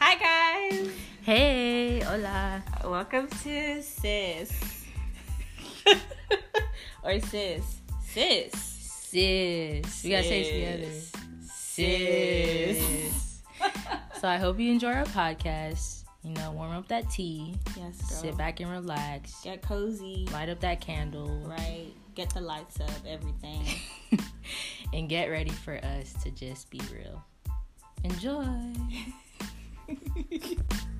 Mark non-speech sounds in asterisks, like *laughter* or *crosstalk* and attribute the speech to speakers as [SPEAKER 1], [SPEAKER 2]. [SPEAKER 1] Hi guys.
[SPEAKER 2] Hey, hola.
[SPEAKER 1] Welcome to Sis. *laughs* or Sis. Sis.
[SPEAKER 2] Sis. We gotta say it together.
[SPEAKER 1] Sis. Sis.
[SPEAKER 2] So I hope you enjoy our podcast. You know, warm up that tea,
[SPEAKER 1] Yes, girl.
[SPEAKER 2] sit back and relax,
[SPEAKER 1] Get cozy.
[SPEAKER 2] light up that candle,
[SPEAKER 1] Right. Get the lights up, everything.
[SPEAKER 2] and get ready for us to just be real. Enjoy.
[SPEAKER 1] Hi